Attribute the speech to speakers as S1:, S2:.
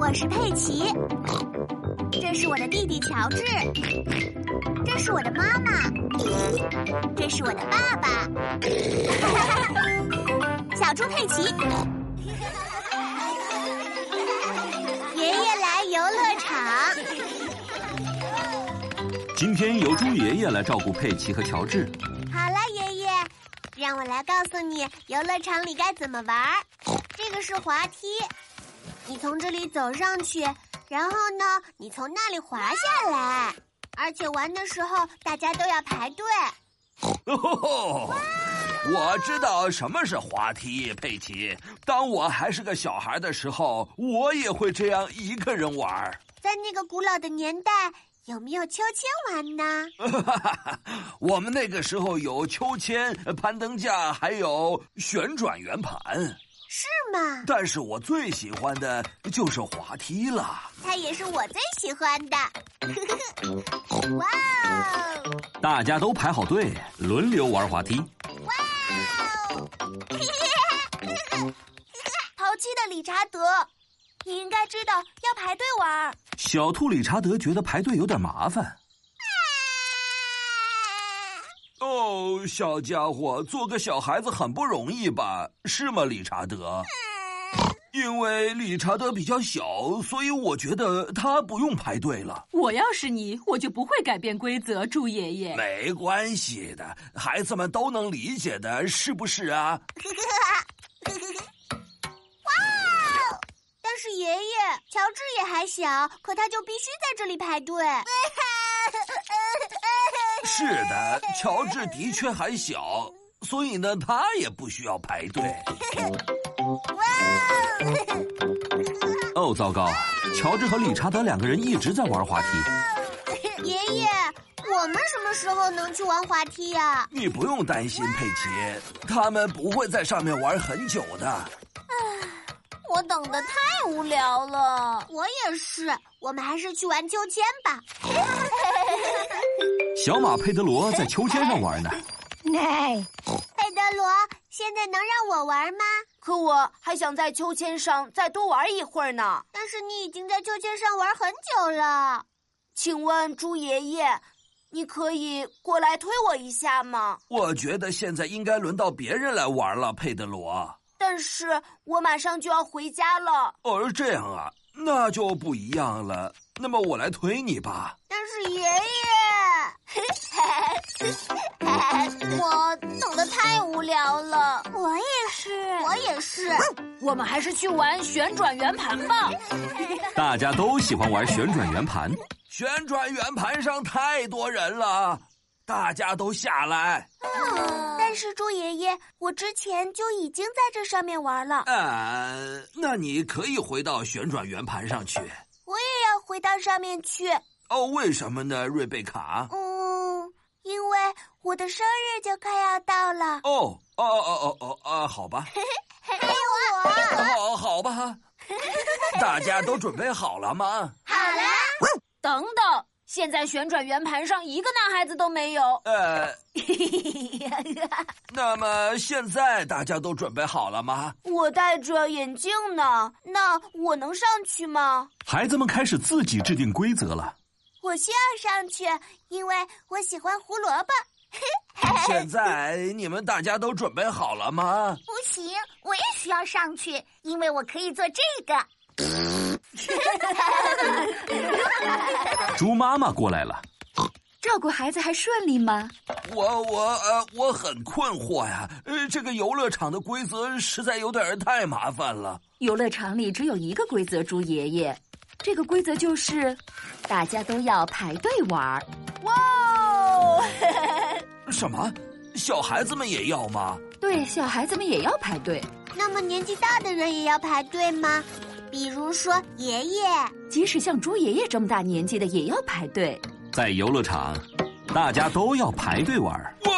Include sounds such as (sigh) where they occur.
S1: 我是佩奇，这是我的弟弟乔治，这是我的妈妈，这是我的爸 (laughs) 爸，小猪佩奇。爷爷来游乐场。
S2: 今天由猪爷爷来照顾佩奇和乔治。
S1: 好了，爷爷，让我来告诉你游乐场里该怎么玩。这个是滑梯，你从这里走上去，然后呢，你从那里滑下来，而且玩的时候大家都要排队。
S3: 哦， (laughs) 我知道什么是滑梯，佩奇。当我还是个小孩的时候，我也会这样一个人玩。
S1: 在那个古老的年代，有没有秋千玩呢？
S3: (laughs) 我们那个时候有秋千、攀登架，还有旋转圆盘。
S1: 是吗？
S3: 但是我最喜欢的就是滑梯了。
S1: 它也是我最喜欢的。 (laughs) 哇哦！
S2: 大家都排好队，轮流玩滑梯。
S1: 哇哦！ (laughs) 淘气的理查德，你应该知道要排队玩。
S2: 小兔理查德觉得排队有点麻烦。
S3: 哦，小家伙，做个小孩子很不容易吧？是吗，理查德？因为理查德比较小，所以我觉得他不用排队了。
S4: 我要是你，我就不会改变规则，猪爷爷。
S3: 没关系的，孩子们都能理解的，是不是啊？
S1: 哇哦！但是爷爷，乔治也还小，可他就必须在这里排
S5: (laughs)
S1: 队。
S3: 是的，乔治的确还小，所以呢，他也不需要排队。
S2: 哇哦！哦，糟
S3: 啊
S2: 糕！乔治和理查德两个人一直在玩滑
S1: 梯。爷爷，我们什么时候能去玩滑梯呀、啊？
S3: 你不用担心，佩奇，他们不会在上面玩很久的。
S5: 我等的太无聊了，
S1: 我也是。我们还是去玩秋千吧。
S2: 小马佩德罗在秋千上玩呢。
S1: 哎，佩德罗，现在能让我玩吗？
S5: 可我还想在秋千上再多玩一会儿呢。
S1: 但是你已经在秋千上玩很久了。
S5: 请问猪爷爷，你可以过来推我一下吗？
S3: 我觉得现在应该轮到别人来玩了，佩德罗。
S5: 但是我马上就要回家了。
S3: 哦，这样啊，那就不一样了。那么我来推你吧。
S1: 但是爷爷，
S5: (laughs) 我等的太无聊了。
S1: 我也是，
S5: 我也是。
S4: 我们还是去玩旋转圆盘吧。
S2: 大家都喜欢玩旋转圆盘。
S3: 旋转圆盘上太多人了，大家都下来。
S1: 啊
S5: 嗯
S1: 但是猪爷爷，我之前就已经在这上面玩了。
S3: 呃，那你可以回到旋转圆盘上去。
S1: 我也要回到上面去。
S3: 哦，为什么呢，瑞贝卡？
S1: 嗯，因为我的生日就快要到了。
S3: 哦哦哦哦哦啊，好吧。
S1: 还有我。
S3: 好，好吧。大家都准备好了吗？
S1: 好了。
S4: 等等。现在旋转圆盘上一个男孩子都没有。
S3: 呃，那么现在大家都准备好了吗？
S5: 我戴着眼镜呢，那我能上去吗？
S2: 孩子们开始自己制定规则了。
S1: 我需要上去，因为我喜欢胡萝卜。
S3: (laughs) 现在你们大家都准备好了吗？
S6: 不行，我也需要上去，因为我可以做这个。
S2: 猪妈妈过来了，
S7: (laughs) 照顾孩子还顺利吗？
S3: 我我呃，我很困惑呀，呃，这个游乐场的规则实在有点太麻烦了。
S7: 游乐场里只有一个规则，猪爷爷，这个规则就是大家都要排队玩。
S5: 哇哦！
S3: 什么？小孩子们也要吗？
S7: 对，小孩子们也要排队。
S1: 那么年纪大的人也要排队吗？比如说，爷爷，
S7: 即使像猪爷爷这么大年纪的，也要排队。
S2: 在游乐场，大家都要排队玩。
S3: 哇